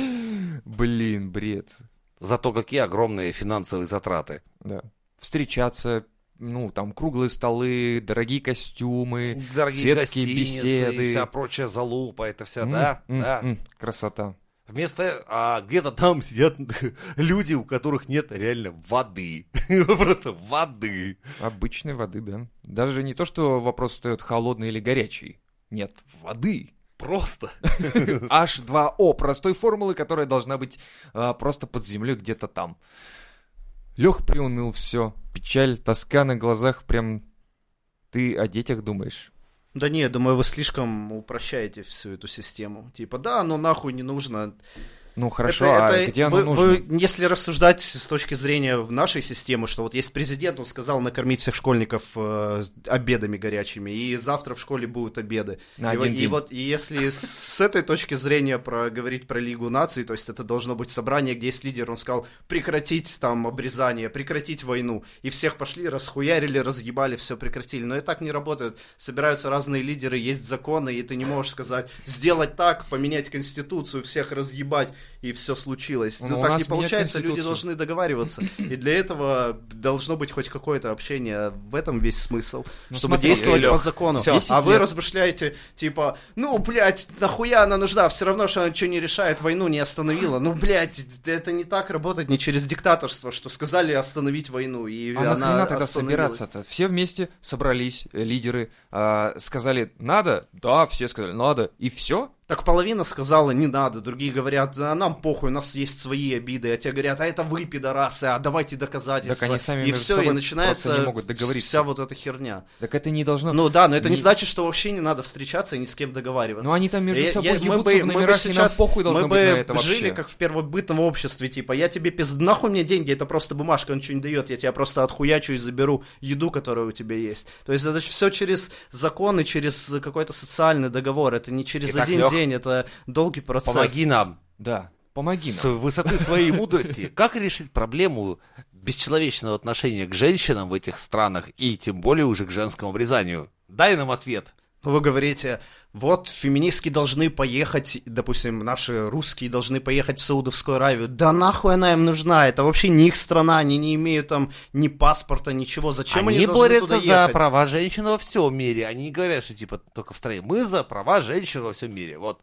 Speaker 1: Блин, бред.
Speaker 2: Зато какие огромные финансовые затраты.
Speaker 1: Да. Встречаться, ну, там, круглые столы, дорогие костюмы,
Speaker 2: Дорогие
Speaker 1: светские
Speaker 2: гостиницы
Speaker 1: беседы.
Speaker 2: и вся прочая залупа, это вся,
Speaker 1: М,
Speaker 2: да,
Speaker 1: м,
Speaker 2: да.
Speaker 1: м, красота.
Speaker 2: Вместо, а где-то там сидят люди, у которых нет реально воды. Просто воды.
Speaker 1: Обычной воды, да. Даже не то, что вопрос встает, холодный или горячий. Нет, воды.
Speaker 2: Просто.
Speaker 1: H2O, простой формулы, которая должна быть а, просто под землей где-то там. Лех приуныл все. Печаль, тоска на глазах, прям ты о детях думаешь.
Speaker 3: Да не, я думаю, вы слишком упрощаете всю эту систему. Типа, да, оно нахуй не нужно.
Speaker 1: Ну хорошо,
Speaker 3: Это-
Speaker 1: а
Speaker 3: это
Speaker 1: где оно
Speaker 3: вы-
Speaker 1: нужно?
Speaker 3: вы, если рассуждать с точки зрения в нашей системы, что вот есть президент, он сказал накормить всех школьников э, обедами горячими, и завтра в школе будут обеды.
Speaker 1: На
Speaker 3: и,
Speaker 1: один
Speaker 3: вот- и
Speaker 1: день.
Speaker 3: вот и если с- с этой точки зрения про, говорить про Лигу наций, то есть это должно быть собрание, где есть лидер, он сказал прекратить там обрезание, прекратить войну, и всех пошли, расхуярили, разъебали, все прекратили. Но и так не работает. Собираются разные лидеры, есть законы, и ты не можешь сказать сделать так, поменять конституцию, всех разъебать, и все случилось.
Speaker 1: Ну,
Speaker 3: Ну,
Speaker 1: у
Speaker 3: так не
Speaker 1: нас менять
Speaker 3: получается, люди
Speaker 1: конституцию.
Speaker 3: должны договариваться. И для этого должно быть хоть какое-то общение. В этом весь смысл.
Speaker 1: Ну,
Speaker 3: чтобы
Speaker 1: смотри,
Speaker 3: действовать
Speaker 2: Лёх,
Speaker 3: по закону.
Speaker 1: всё.
Speaker 3: А
Speaker 1: 10
Speaker 3: вы
Speaker 1: лет.
Speaker 3: размышляете, типа, ну, блядь, нахуя она нужна? Все равно, что она ничего не решает, войну не остановила. Ну, блядь, это не так работать, не через диктаторство, что сказали остановить войну. И
Speaker 1: А
Speaker 3: она
Speaker 1: нахрена тогда
Speaker 3: остановилась.
Speaker 1: собираться-то? Все вместе собрались, э, лидеры, а, сказали «надо», да, все сказали «надо», и все?
Speaker 3: Так половина сказала, не надо, другие говорят, а нам похуй, у нас есть свои обиды, а те говорят, а это вы, пидорасы, а давайте доказательства.
Speaker 1: Так они сами
Speaker 3: и
Speaker 1: между
Speaker 3: все, и
Speaker 1: собой
Speaker 3: начинается
Speaker 1: просто не могут договориться.
Speaker 3: вся вот эта херня.
Speaker 1: Так это не должно...
Speaker 3: Ну да, но это не,
Speaker 1: не-
Speaker 3: значит, что вообще не надо встречаться и ни с кем договариваться.
Speaker 1: Ну они там между
Speaker 3: Я-
Speaker 1: собой
Speaker 3: я-
Speaker 1: ебутся в номерах, и нам похуй должно
Speaker 3: мы
Speaker 1: быть
Speaker 3: бы
Speaker 1: на это вообще.
Speaker 3: жили как в первобытном обществе, типа, я тебе пиз... Нахуй мне деньги, это просто бумажка, он ничего не дает, я тебя просто отхуячу и заберу еду, которая у тебя есть. То есть это все через законы, через какой-то социальный договор, это не через
Speaker 2: Итак,
Speaker 3: один
Speaker 2: Лёх,
Speaker 3: день, это долгий процесс.
Speaker 2: Помоги нам.
Speaker 1: Да, помоги
Speaker 2: С
Speaker 1: нам.
Speaker 2: высоты своей мудрости. Как решить проблему бесчеловечного отношения к женщинам в этих странах и тем более уже к женскому обрезанию? Дай нам ответ.
Speaker 3: Ну, Вы говорите, вот феминистки должны поехать, допустим, наши русские должны поехать в Саудовскую Аравию. Да нахуй она им нужна? Это вообще не их страна, они не имеют там ни паспорта, ничего. Зачем они,
Speaker 2: они
Speaker 3: должны туда
Speaker 2: борются за
Speaker 3: ехать?
Speaker 2: права женщин во всем мире. Они не говорят, что типа только в стране. Мы за права женщин во всем мире. Вот.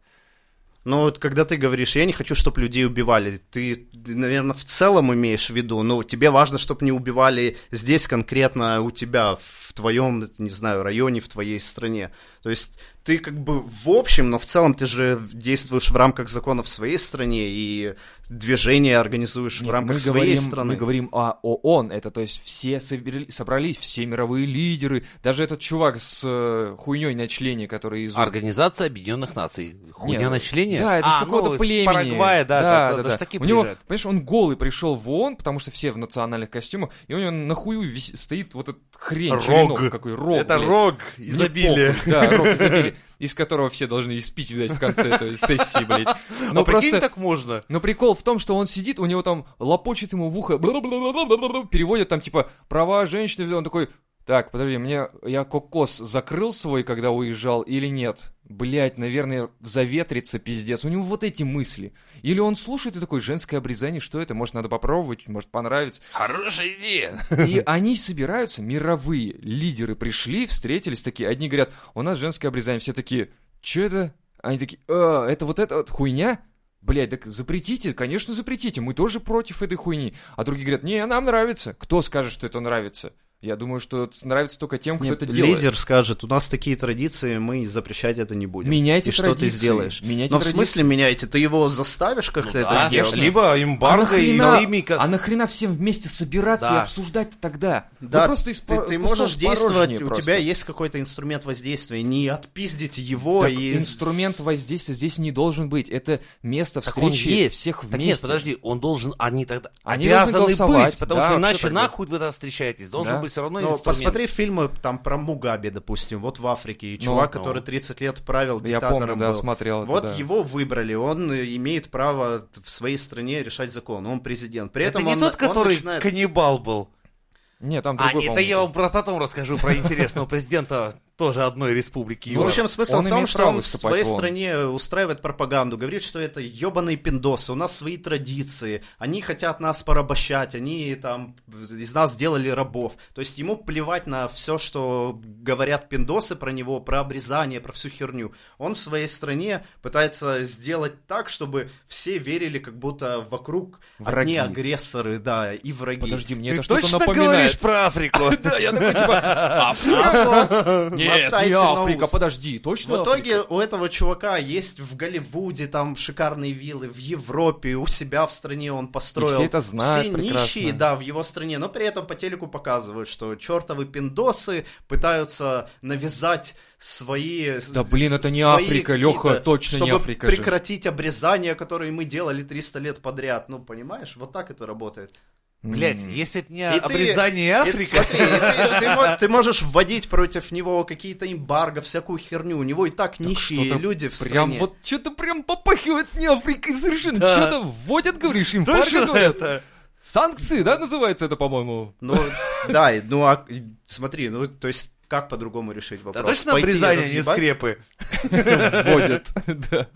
Speaker 3: Ну вот когда ты говоришь, я не хочу, чтобы людей убивали, ты, наверное, в целом имеешь в виду, ну тебе важно, чтобы не убивали здесь конкретно у тебя, в твоем, не знаю, районе, в твоей стране. То есть ты как бы в общем, но в целом ты же действуешь в рамках законов своей стране и движение организуешь в
Speaker 1: Нет,
Speaker 3: рамках
Speaker 1: мы
Speaker 3: своей
Speaker 1: говорим,
Speaker 3: страны.
Speaker 1: Мы говорим о ООН, это то есть все собер- собрались, все мировые лидеры, даже этот чувак с хуйней на члене, который из...
Speaker 2: Организация Объединенных Наций. Хуйня
Speaker 1: Не,
Speaker 2: на члене?
Speaker 1: Да, это
Speaker 2: А,
Speaker 1: с какого-то
Speaker 2: ну,
Speaker 1: племени.
Speaker 2: С Парагвая, да, да, да, даже такие
Speaker 1: У него,
Speaker 2: приезжают.
Speaker 1: понимаешь, он голый пришел в ООН, потому что все в национальных костюмах, и у него на хую вис- стоит вот этот хрень, черенок какой, рог,
Speaker 2: это
Speaker 1: блядь.
Speaker 2: рог
Speaker 1: Мне
Speaker 2: изобилия.
Speaker 1: похуй, Да, рог изобилия, из которого все должны испить, видать, в конце этой сессии, блядь.
Speaker 2: А
Speaker 1: Ну,
Speaker 2: прикинь,
Speaker 1: просто-
Speaker 2: так можно.
Speaker 1: но прикол в том, что он сидит, у него там лопочет ему в ухо, бла-бла-бла-бла-бла-бла, переводят там типа права женщины, он такой, так, подожди, мне я кокос закрыл свой, когда уезжал, или нет? Блять, наверное, заветрится пиздец. У него вот эти мысли. Или он слушает и такой, женское обрезание, что это? Может, надо попробовать, может, понравится.
Speaker 2: Хорошая идея.
Speaker 1: И они собираются, мировые лидеры пришли, встретились такие. Одни говорят, у нас женское обрезание. Все такие, что это? Они такие, «А, это вот эта вот хуйня? Блять, так запретите, конечно, запретите, мы тоже против этой хуйни. А другие говорят, не, нам нравится. Кто скажет, что это нравится? Я думаю, что это нравится только тем, кто
Speaker 3: Нет,
Speaker 1: это делает.
Speaker 3: лидер скажет, у нас такие традиции, мы запрещать это не будем.
Speaker 1: Меняйте
Speaker 3: И что ты
Speaker 1: традиции,
Speaker 3: сделаешь?
Speaker 1: меняйте
Speaker 3: но в
Speaker 1: традиции. Ну
Speaker 3: смысле меняйте? Ты его заставишь как-то это
Speaker 2: Ну Да,
Speaker 3: сделать?
Speaker 2: Либо эмбарго и
Speaker 1: А нахрена,
Speaker 2: химика.
Speaker 1: а нахрена всем вместе собираться и
Speaker 2: Да.
Speaker 1: обсуждать тогда? Вы
Speaker 3: Да,
Speaker 1: просто
Speaker 3: ты,
Speaker 1: испо-
Speaker 3: ты
Speaker 1: пустошь
Speaker 3: можешь действовать,
Speaker 1: порожнее
Speaker 3: у
Speaker 1: просто.
Speaker 3: тебя есть какой-то инструмент воздействия, не отпиздить его
Speaker 1: Так
Speaker 3: и...
Speaker 1: инструмент воздействия здесь не должен быть. Это место
Speaker 2: Так он
Speaker 1: встречи
Speaker 2: есть.
Speaker 1: всех
Speaker 2: Так
Speaker 1: вместе.
Speaker 2: нет, подожди, он должен, они тогда
Speaker 1: Они должны
Speaker 2: обязаны
Speaker 1: голосовать,
Speaker 2: быть, потому
Speaker 1: да,
Speaker 2: что
Speaker 1: вообще
Speaker 2: иначе
Speaker 1: так будет.
Speaker 2: нахуй вы там встречаетесь, должен
Speaker 1: Да.
Speaker 2: быть все равно
Speaker 3: Ну,
Speaker 2: инструмент.
Speaker 3: посмотри фильмы там про Мугаби, допустим, вот в Африке, и чувак,
Speaker 2: ну.
Speaker 3: который 30 лет правил
Speaker 1: Я
Speaker 3: диктатором
Speaker 1: помню, да,
Speaker 3: был.
Speaker 1: смотрел. это,
Speaker 3: вот
Speaker 1: да.
Speaker 3: его выбрали, он э, имеет право в своей стране решать закон, он президент. При
Speaker 2: это
Speaker 3: этом
Speaker 2: не
Speaker 3: он,
Speaker 2: тот,
Speaker 3: он
Speaker 2: который
Speaker 3: начинает-
Speaker 2: каннибал был.
Speaker 1: Нет, там
Speaker 2: А,
Speaker 1: другой,
Speaker 2: это
Speaker 1: по-моему,
Speaker 2: я
Speaker 1: был.
Speaker 2: вам про потом расскажу, про интересного президента тоже одной республики.
Speaker 3: Ну, в
Speaker 2: Юра.
Speaker 3: общем, смысл
Speaker 1: Он
Speaker 3: в том,
Speaker 1: имеет
Speaker 3: что
Speaker 1: право
Speaker 3: он в
Speaker 1: выступать
Speaker 3: своей
Speaker 1: в ООН.
Speaker 3: стране устраивает пропаганду, говорит, что это ебаные пиндосы, у нас свои традиции, они хотят нас порабощать, они там из нас сделали рабов. То есть ему плевать на все, что говорят пиндосы про него, про обрезание, про всю херню. Он в своей стране пытается сделать так, чтобы все верили, как будто вокруг
Speaker 1: Враги.
Speaker 3: одни агрессоры, да, и враги.
Speaker 1: Подожди, мне
Speaker 2: Ты
Speaker 1: это что-то
Speaker 2: точно
Speaker 1: напоминает.
Speaker 2: говоришь про Африку?
Speaker 1: Да, я такой, типа,
Speaker 3: А вот
Speaker 1: «Аф». Нет,
Speaker 3: мотайте
Speaker 1: не
Speaker 3: на
Speaker 1: Африка,
Speaker 3: ус.
Speaker 1: подожди, точно
Speaker 3: В итоге
Speaker 1: Африка?
Speaker 3: у этого чувака есть в Голливуде там шикарные виллы, в Европе, у себя в стране он построил.
Speaker 1: И все это знают
Speaker 3: Все
Speaker 1: прекрасно.
Speaker 3: нищие, да, в его стране, но при этом по телеку показывают, что чертовы пиндосы пытаются навязать свои...
Speaker 1: Да, блин, это не
Speaker 3: свои
Speaker 1: Африка,
Speaker 3: какие-то,
Speaker 1: Лёха, точно не
Speaker 3: чтобы
Speaker 1: Африка же.
Speaker 3: прекратить обрезания, которые мы делали 300 лет подряд. Ну, понимаешь, вот так это работает.
Speaker 1: М.
Speaker 2: Блять, если б не
Speaker 3: И ты-
Speaker 2: обрезание
Speaker 3: И
Speaker 2: Африки...
Speaker 3: Смотри, и ты, ты мо- ты можешь вводить против него какие-то эмбарго, всякую херню. У него и так, нищие
Speaker 1: что-то
Speaker 3: люди в стране.
Speaker 1: Прям вот что-то прям попахивает не Африкой совершенно.
Speaker 2: Да.
Speaker 1: Что-то вводят, говоришь, им
Speaker 2: Точно
Speaker 1: говорят.
Speaker 2: это?
Speaker 1: Санкции, да, называется это, по-моему?
Speaker 3: Ну, да, и- ну, а, и смотри, ну, то есть, как по-другому решить
Speaker 2: Да
Speaker 3: вопрос?
Speaker 2: точно
Speaker 3: Пойти и
Speaker 2: обрезание, не
Speaker 3: разъебать?
Speaker 2: скрепы.
Speaker 1: Вводят, да.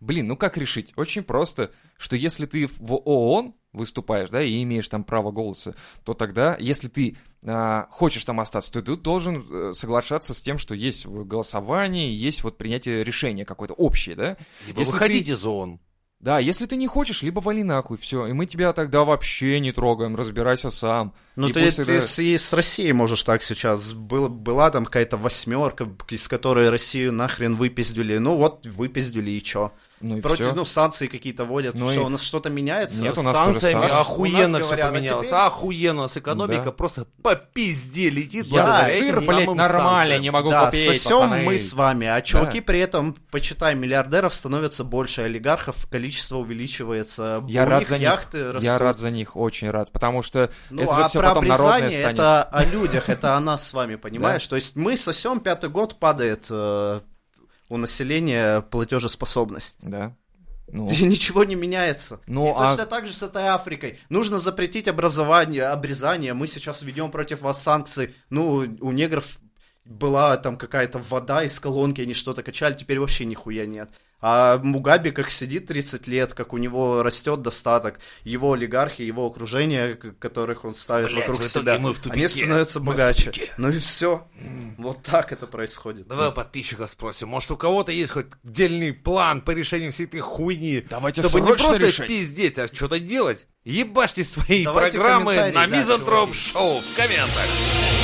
Speaker 1: Блин, ну как решить? Очень просто, что если ты в ООН выступаешь, да, и имеешь там право голоса, то тогда, если ты а, хочешь там остаться, то ты должен э, соглашаться с тем, что есть голосование, есть вот принятие решения какое-то общее, да?
Speaker 2: Либо
Speaker 1: Если
Speaker 2: выходить из ООН.
Speaker 1: Да, если ты не хочешь, либо вали нахуй, все, и мы тебя тогда вообще не трогаем, разбирайся сам.
Speaker 3: Ну,
Speaker 1: И
Speaker 3: ты,
Speaker 1: пусть
Speaker 3: ты
Speaker 1: это-
Speaker 3: с, и с Россией можешь так сейчас. Был, была там какая-то восьмерка, из которой Россию нахрен выпиздили. Ну, вот выпиздили и чё?
Speaker 1: Ну и
Speaker 3: Против,
Speaker 1: всё.
Speaker 3: ну, санкции какие-то вводят.
Speaker 1: Ну
Speaker 3: что,
Speaker 1: и-
Speaker 3: у нас что-то меняется?
Speaker 1: Нет, у нас
Speaker 2: С
Speaker 1: тоже
Speaker 2: санкциями
Speaker 1: самое.
Speaker 3: У
Speaker 2: охуенно
Speaker 3: нас
Speaker 2: все
Speaker 3: говорят, а
Speaker 2: поменялось.
Speaker 3: теперь-
Speaker 2: Охуенно. У нас экономика
Speaker 1: Да.
Speaker 2: просто по пизде летит.
Speaker 1: Я
Speaker 2: благодаря
Speaker 1: сыр,
Speaker 2: этим
Speaker 1: блядь,
Speaker 2: самым
Speaker 1: нормально,
Speaker 2: санкциям.
Speaker 1: не могу
Speaker 3: да,
Speaker 1: купить,
Speaker 3: сосем
Speaker 1: пацаны.
Speaker 3: мы с вами, а чуваки при этом, почитай, миллиардеров становится больше, олигархов количество увеличивается.
Speaker 1: Я
Speaker 3: у
Speaker 1: рад
Speaker 3: них
Speaker 1: за них.
Speaker 3: яхты растут.
Speaker 1: Я рад за них, очень рад, потому что
Speaker 3: Ну,
Speaker 1: это
Speaker 3: а
Speaker 1: же все
Speaker 3: про
Speaker 1: потом народное
Speaker 3: обрезание
Speaker 1: станет.
Speaker 3: это о людях, это о нас с вами, понимаешь? То есть мы сосем, пятый год падает э, у населения платежеспособность.
Speaker 1: Да. Ну,
Speaker 3: И ничего не меняется.
Speaker 1: Ну,
Speaker 3: И
Speaker 1: а-
Speaker 3: Точно так же с этой Африкой. Нужно запретить образование, обрезание. Мы сейчас ведем против вас санкции. Ну, у негров была там какая-то вода из колонки, они что-то качали, теперь вообще нихуя нет. А Мугаби как сидит 30 лет, как у него растет достаток, его олигархи, его окружение, к- которых он ставит
Speaker 2: Блядь,
Speaker 3: вокруг
Speaker 2: в итоге
Speaker 3: себя,
Speaker 2: мы в тупике.
Speaker 3: они становятся
Speaker 2: Мы в
Speaker 3: богаче.
Speaker 2: тупике.
Speaker 3: Ну и все. Вот так это происходит.
Speaker 2: Давай у подписчиков спросим, может у кого-то есть хоть дельный план по решению всей этой хуйни?
Speaker 1: Давайте
Speaker 2: чтобы не
Speaker 1: срочно
Speaker 2: просто
Speaker 1: решать.
Speaker 2: пиздеть, а что-то делать. Ебашьте свои
Speaker 3: Давайте
Speaker 2: программы на
Speaker 3: комментарии, да,
Speaker 2: Мизантроп
Speaker 3: чуваки.
Speaker 2: Шоу в комментах.